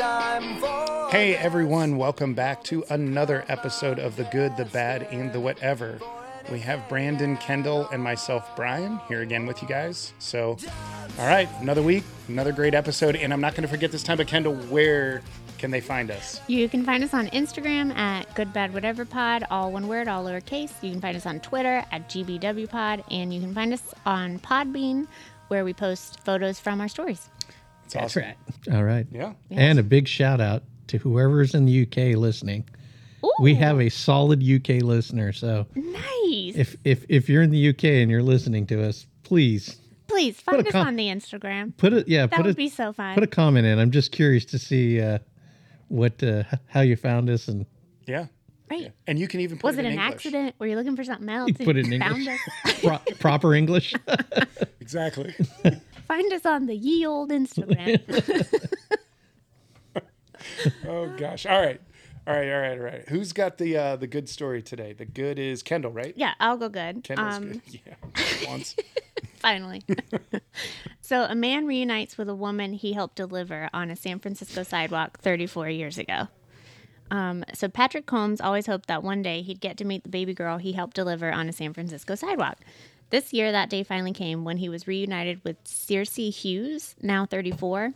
Hey everyone, welcome back to another episode of The Good, The Bad, and The Whatever. We have Brandon Kendall and myself, Brian, here again with you guys. So, all right, another week, another great episode. And I'm not going to forget this time, but Kendall, where can they find us? You can find us on Instagram at Good Bad Whatever Pod, all one word, all lowercase. You can find us on Twitter at GBW Pod, and you can find us on Podbean, where we post photos from our stories. It's awesome. All right. Yeah. And a big shout out to whoever's in the UK listening. Ooh, Mm-hmm. We have a solid UK listener, so nice. if if if you're in the UK and you're listening to us, please Please a find us com- on the Instagram. put it yeah, That put would a be so fun. put a comment in. I'm just curious to see uh what uh h- how you found us and Yeah. right? And you can even put Was it it in an English. accident? Were you looking for something else? and put it in found English. us. pro- proper English. Exactly. Find us on the ye old Instagram. oh gosh. All right. All right, all right, all right. Who's got the uh, the good story today? The good is Kendall, right? yeah, I'll go good. Um, Kendall's good. Yeah. Once. Finally. so, a man reunites with a woman he helped deliver on a San Francisco sidewalk 34 years ago. Um, so, Patrick Combs always hoped that one day he'd get to meet the baby girl he helped deliver on a San Francisco sidewalk. This year, that day finally came when he was reunited with Circe Hughes, now 34.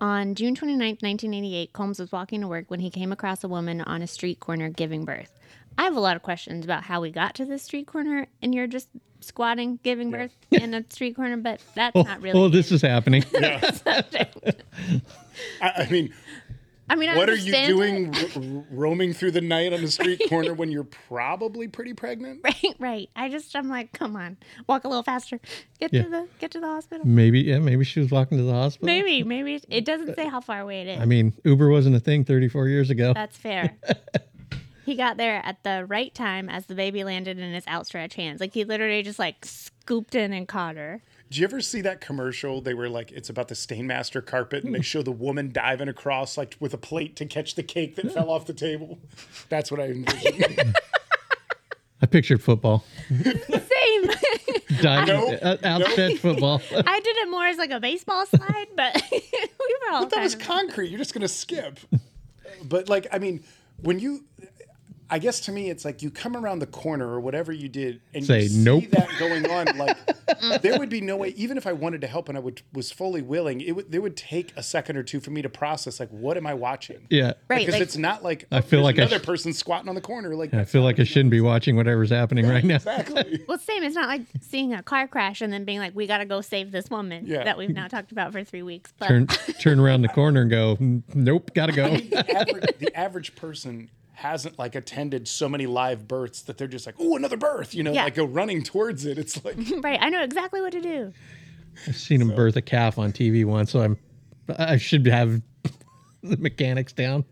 On June 29, 1988, Combs was walking to work when he came across a woman on a street corner giving birth. I have a lot of questions about how we got to this street corner, and you're just squatting, giving birth in a street corner, but that's not really. well, Oh, this is happening. I, I mean, I mean, I what are you understand it. doing ro- roaming through the night on a street corner when you're probably pretty pregnant? Right, right. I just, I'm like, come on, walk a little faster, get Yeah. to the, get to the hospital. Maybe yeah, maybe she was walking to the hospital. Maybe, maybe it- it doesn't say how far away it is. I mean, Uber wasn't a thing 34 years ago. That's fair. he got there at the right time as the baby landed in his outstretched hands. Like he literally just like scooped in and caught her. Did you ever see that commercial? They were like, it's about the Stainmaster carpet, Hmm. and they show the woman diving across like with a plate to catch the cake that fell off the table. That's what I envisioned. I pictured football. Same. Dive, Nope. uh, outfetch football. I did it more as like a baseball slide, but we were all that kind was of- concrete. You're just gonna skip. But like, I mean, when you, I guess to me, it's like you come around the corner or whatever you did, and Say, you see "Nope." that going on. Like, there would be no way. Even if I wanted to help and I would was fully willing, it would. It would take a second or two for me to process. Like, what am I watching? yeah. right. Because Like, it's not like I there's feel like I another sh- person squatting on the corner. Like, I feel like I shouldn't be watching whatever's happening right now. exactly. well, same. It's not like seeing a car crash and then being like, "We gotta go save this woman Yeah. that we've now talked about for three weeks." But Turn turn around the corner and go, "Mm, nope, gotta go. the, average, the average person hasn't like attended so many live births that they're just like, oh, another birth. You know, Yeah. like go running towards it. It's like. right, I know exactly what to do. I've seen him birth a calf on TV once, so I'm I should have the mechanics down.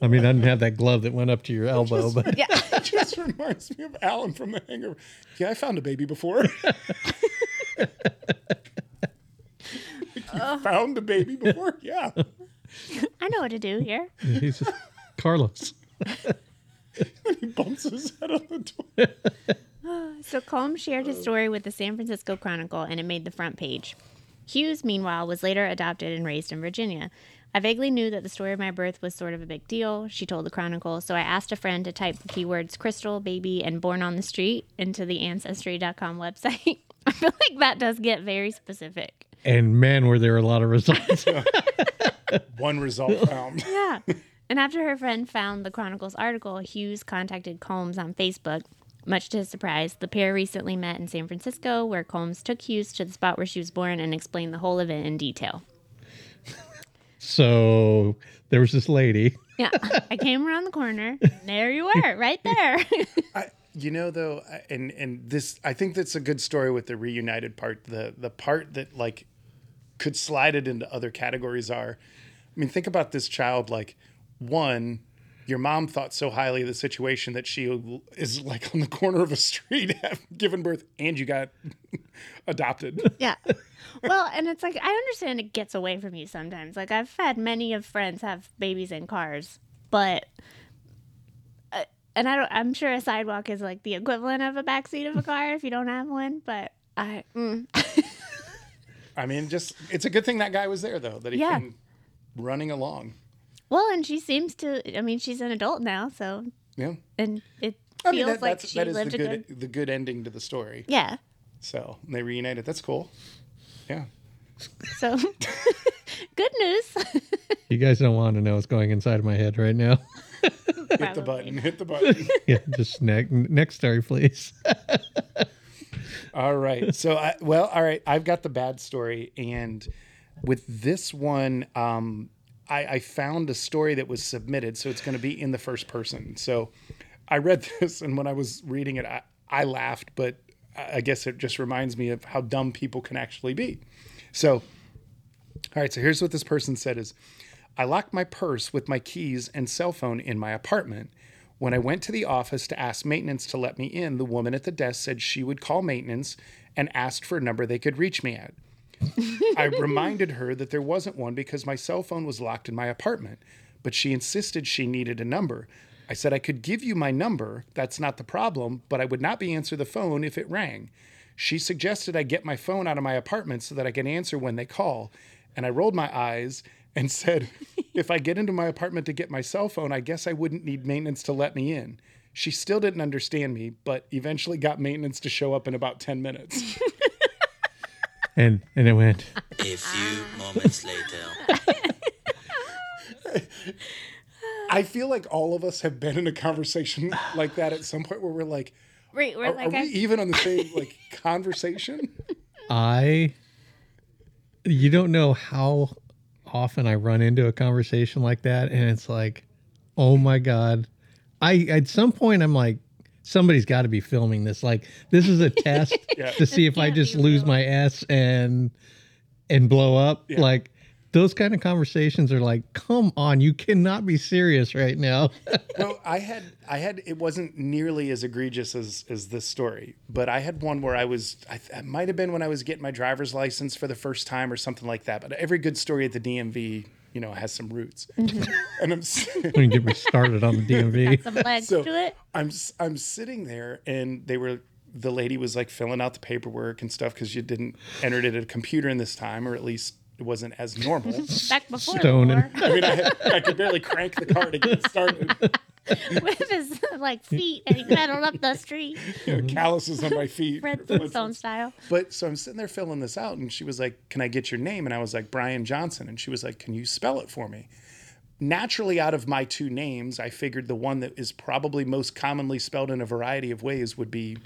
I mean, I didn't have that glove that went up to your elbow, but Yeah, It just reminds me of Alan from The Hangover. Yeah, I found a baby before. you found a baby before? Yeah. I know what to do here. he's just, Carlos. He bumps his head on the door. So Combs shared his story with the San Francisco Chronicle and it made the front page. Hughes, meanwhile, was later adopted and raised in Virginia. I vaguely knew that the story of my birth was sort of a big deal, she told the Chronicle, so I asked a friend to type the keywords crystal, baby, and born on the street into the ancestry.com website. I feel like that does get very specific. And man, were there a lot of results. One result found. Yeah. And after her friend found the Chronicle's article, Hughes contacted Combs on Facebook. Much to his surprise, the pair recently met in San Francisco, where Combs took Hughes to the spot where she was born and explained the whole event in detail. So there was this lady. Yeah, I came around the corner. And there you were, right there. I, you know, though, I- and and this, I think that's a good story with the reunited part. The the part that like could slide it into other categories are, I mean, think about this child. Like, one, your mom thought so highly of the situation that she is like on the corner of a street giving birth, and you got adopted. yeah. Well, and it's like I understand it gets away from you sometimes. Like I've had many of friends have babies in cars, but uh, and I don't. I'm sure a sidewalk is like the equivalent of a backseat of a car if you don't have one. But I, mm, I mean, just it's a good thing that guy was there though, that he Yeah. came running along. Well, and she seems to. I mean, she's an adult now, so Yeah. and it I feels mean, that, like that's, she that is lived the a good. good, the good ending to the story. Yeah. So they reunited. That's cool. Yeah. So good news. You guys don't want to know what's going inside of my head right now. Hit the button. Hit the button. yeah, just next next story, please. all right. So, I, well, all right. I've got the bad story. And with this one, um, I, I found a story that was submitted. So it's going to be in the first person. So I read this, and when I was reading it, I, I laughed, but I I guess it just reminds me of how dumb people can actually be. So, All right, so here's what this person said is I locked my purse with my keys and cell phone in my apartment. When I went to the office to ask maintenance to let me in, the woman at the desk said she would call maintenance and asked for a number they could reach me at. I reminded her that there wasn't one because my cell phone was locked in my apartment, but she insisted she needed a number. I said I could give you my number, that's not the problem, but I would not be answer the phone if it rang. She suggested I get my phone out of my apartment so that I can answer when they call, and I rolled my eyes and said, "If I get into my apartment to get my cell phone, I guess I wouldn't need maintenance to let me in." She still didn't understand me, but eventually got maintenance to show up in about 10 minutes. And and it went. A few moments later. I feel like all of us have been in a conversation like that at some point where we're like, Right, we're are, like, are we I, even on the same like conversation? I you don't know how often I run into a conversation like that and it's like, oh my God. I at some point I'm like, somebody's gotta be filming this. Like this is a test Yeah. to see if I can't just be lose real. my ass and and blow up. Yeah. Like those kind of conversations are like, come on, you cannot be serious right now. well, I had I had it wasn't nearly as egregious as as this story, but I had one where I was I, th- it might have been when I was getting my driver's license for the first time or something like that. But every good story at the DMV, you know, has some roots. Mm-hmm. and I'm s- Let me get me started on the DMV. some legs so to it. I'm s- I'm sitting there, and they were the lady was like filling out the paperwork and stuff because you didn't enter it at a computer in this time, or at least it wasn't as normal. Back before the Stone and- I mean, I, had, I could barely crank the car to get started. war, with his like feet, and he pedaled up the street, You know, calluses on my feet. Red Flintstone style. But so I'm sitting there filling this out, and she was like, "Can I get your name?" And I was like, "Brian Johnson." And she was like, "Can you spell it for me?" Naturally, out of my two names, I figured the one that is probably most commonly spelled in a variety of ways would be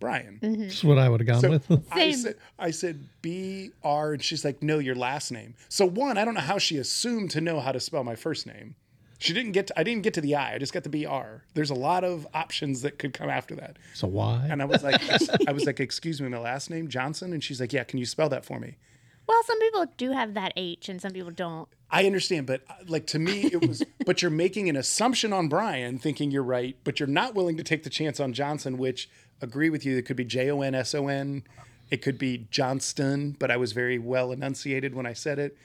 Brian. That's what I would have gone with. I Same. said, I said B R, and she's like, no, your last name. So one, I don't know how she assumed to know how to spell my first name. She didn't get. To, I didn't get to the I. I just got the B R. There's a lot of options that could come after that. So why? And I was like, I was like, excuse me, my last name Johnson, and she's like, yeah, can you spell that for me? Well, some people do have that H, and some people don't. I understand, but uh, like to me, it was. but you're making an assumption on Brian, thinking you're right, but you're not willing to take the chance on Johnson. Which agree with you, it could be J O N S O N, it could be Johnston, but I was very well enunciated when I said it.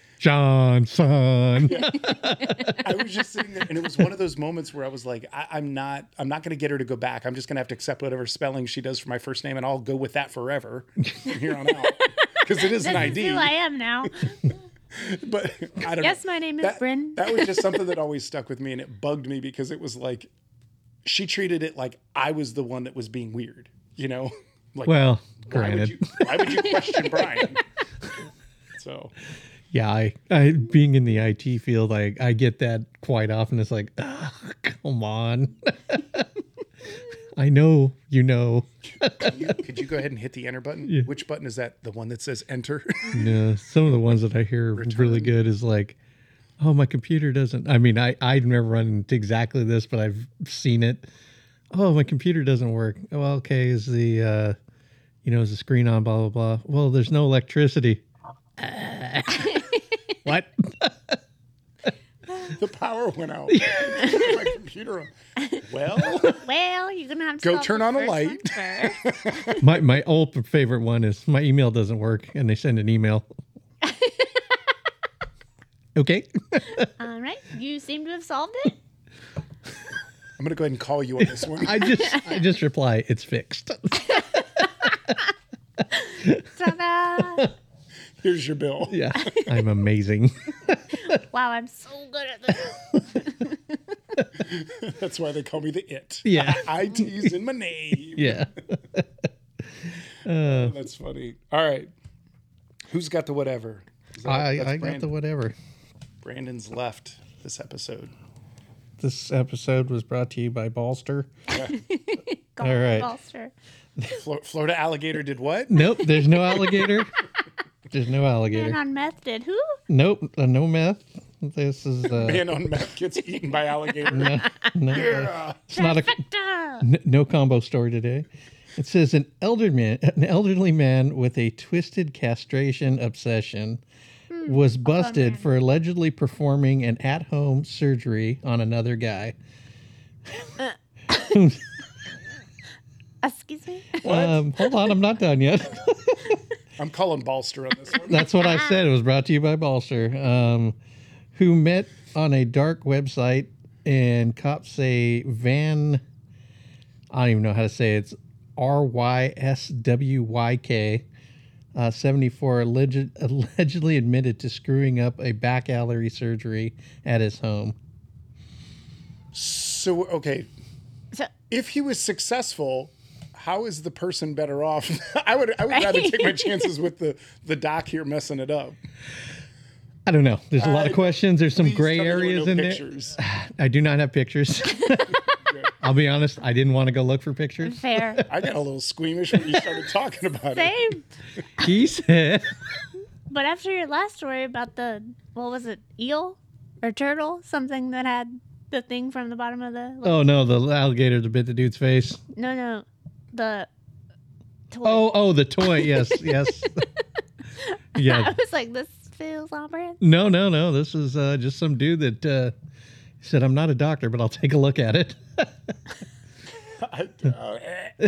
Johnson. I was just sitting there, and it was one of those moments where I was like, I, I'm not, I'm not going to get her to go back. I'm just going to have to accept whatever spelling she does for my first name, and I'll go with that forever from here on out because it is an This is ID. who I am now. but I don't. Yes, know. my name is That- Bryn. that was just something that always stuck with me, and it bugged me because it was like she treated it like I was the one that was being weird. You know, like Well, why would granted. you, why would you question Brian? So Yeah, I, I being in the IT field, I, I get that quite often. It's like, "Ugh, come on. I know you know. you, could you go ahead and hit the enter button? Which button is that? The one that says enter. Yeah, uh, some of the ones that I hear are really good is like, oh, my computer doesn't. I mean, I I've never run into exactly this, but I've seen it. Oh, my computer doesn't work. Oh, well, okay, is the uh, you know, is the screen on? Blah blah blah. Well, there's no electricity. what? the power went out. Turn my computer on. Well, Well, you're gonna have to Go solve turn the on a first light. one first. my my old favorite one is my email doesn't work and they send an email. okay. All right, you seem to have solved it. I'm gonna go ahead and call you on this one. I just I just reply it's fixed. Ta-da! Here's your bill. Yeah, I'm amazing. Wow, I'm so good at this. That's why they call me the it. Yeah. IT's in my name. yeah. That's funny. All right. Who's got the whatever? Is that- I, that's I got the Brandon. whatever. Brandon's left this episode. This episode was brought to you by Ballster. Golf, All right. golfster. Flo- Florida alligator did what? Nope, there's no alligator. There's no And alligator. on meth did who? Nope, uh, no meth. This is uh, Man on meth gets eaten by alligator. no, no, uh, it's not a Duh. n- no combo story today. It says an elder man, an elderly man with a twisted castration obsession, was busted for allegedly performing an at-home surgery on another guy. Excuse me. Um, hold on, I'm not done yet. I'm calling Ballster on this one. That's what I said. It was brought to you by Balser, um, who met on a dark website, and cops say Van. I don't even know how to say it. it's R Y S W Y K. Uh, 74 alleged, allegedly admitted to screwing up a back alley surgery at his home. So okay, So, if he was successful, how is the person better off? I would I would rather take my chances with the the doc here messing it up. I don't know. There's a lot of Uh, questions. There's some Please gray tell me there were areas no in there. pictures. I do not have pictures. I'll be honest. I didn't want to go look for pictures. fair. I got a little squeamish when you started talking about it. Same. He said. But after your last story about the, what was it, eel or turtle? Something that had the thing from the bottom of the. Oh no, the alligator that bit the dude's face. No, no. The. Toy. Oh, oh, the toy. Yes, yes. I yeah. was like, this feels on brand. No, no, no. This is uh, just some dude that uh, said, "I'm not a doctor, but I'll take a look at it." I, uh, eh. no,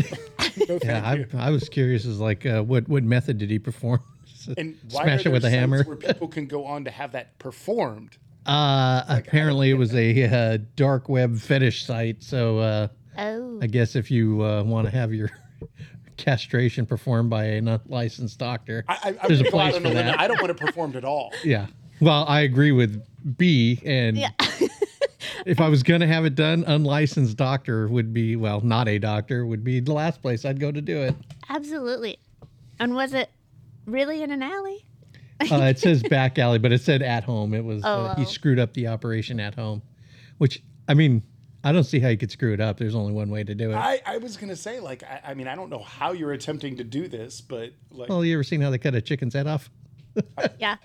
thank yeah, you. I, I was curious as like, uh, what what method did he perform? And why smash are it with there a sites hammer. Where people can go on to have that performed. Uh, apparently, it was a uh, dark web fetish site. So uh, Oh. I guess if you uh, want to have your castration performed by an unlicensed doctor, I, I, There's I a place don't for that. I don't want it performed at all. Yeah. Well, I agree with B. And Yeah. if I was going to have it done, unlicensed doctor would be, well, not a doctor, would be the last place I'd go to do it. Absolutely. And was it really in an alley? Uh, it says back alley, but it said at home. It was, uh, Oh. he screwed up the operation at home, which, I mean, I don't see how you could screw it up. There's only one way to do it. Uh, I, I was gonna say like I, I mean I don't know how you're attempting to do this, but like well, you ever seen how they cut a chicken's head off Yeah.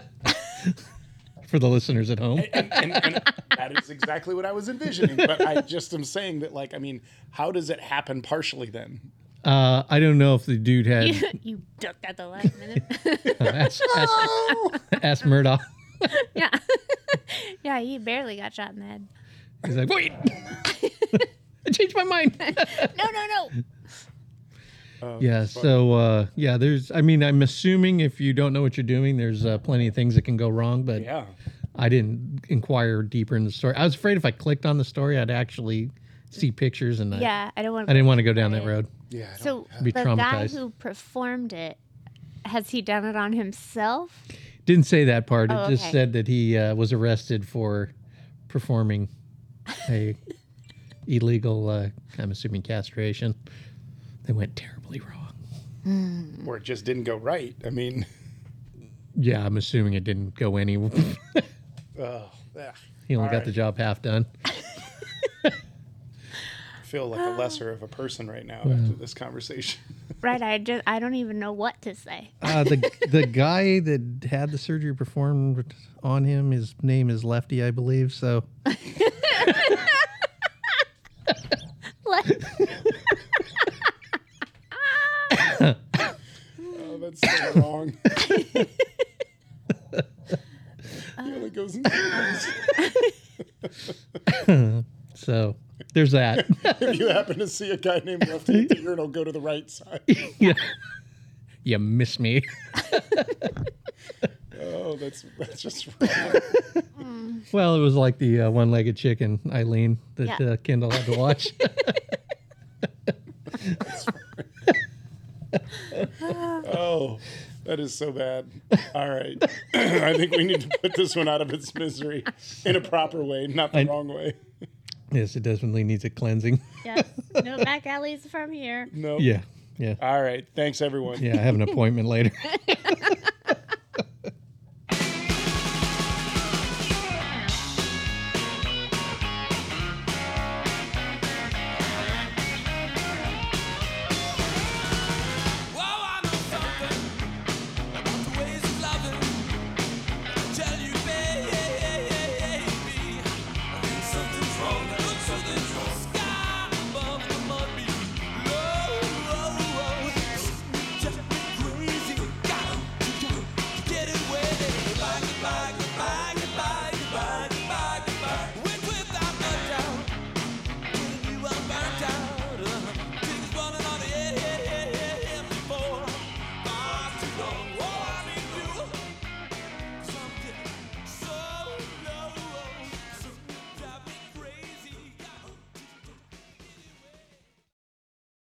for the listeners at home? and, and, and that is exactly what I was envisioning. But I just am saying that like I mean how does it happen partially then? Uh, I don't know if the dude had uh, You, you ducked at the last minute. asked ask, ask Murdoch. yeah. yeah, he barely got shot in the head. He's like, wait, I changed my mind. No, no, no. Yeah. So uh, yeah, there's. I mean, I'm assuming if you don't know what you're doing, there's uh, plenty of things that can go wrong. But Yeah. I didn't inquire deeper in the story. I was afraid if I clicked on the story, I'd actually see pictures, and I, Yeah, I don't want I didn't want to go down that road. Yeah. I don't- So Be the guy traumatized. who performed it, has he done it on himself? Didn't say that part. It Oh, just okay. said that he uh, was arrested for performing a illegal. Uh, I'm assuming castration. They went terribly wrong. or it just didn't go right. I mean Yeah, I'm assuming it didn't go any. oh, ugh. he only All got right. the job half done. I feel like a lesser of a person right now after this conversation. Right, I just I don't even know what to say. uh, the the guy that had the surgery performed on him, his name is Lefty, I believe. So Like, Oh, that's so wrong. yeah, that goes into so there's that. If you happen to see a guy named Lefty at the urinal, go to the right side. yeah. You miss me. Oh, that's that's just wrong. Well, it was like the uh, one-legged chicken, Eileen, that Yeah. uh, Kendall had to watch. Oh, That is so bad. All right. I think we need to put this one out of its misery in a proper way, not the wrong way. Yes, it definitely needs a cleansing. Yes. No back alleys from here. No. Yeah. Yeah. All right. Thanks, everyone. Yeah. I have an appointment later.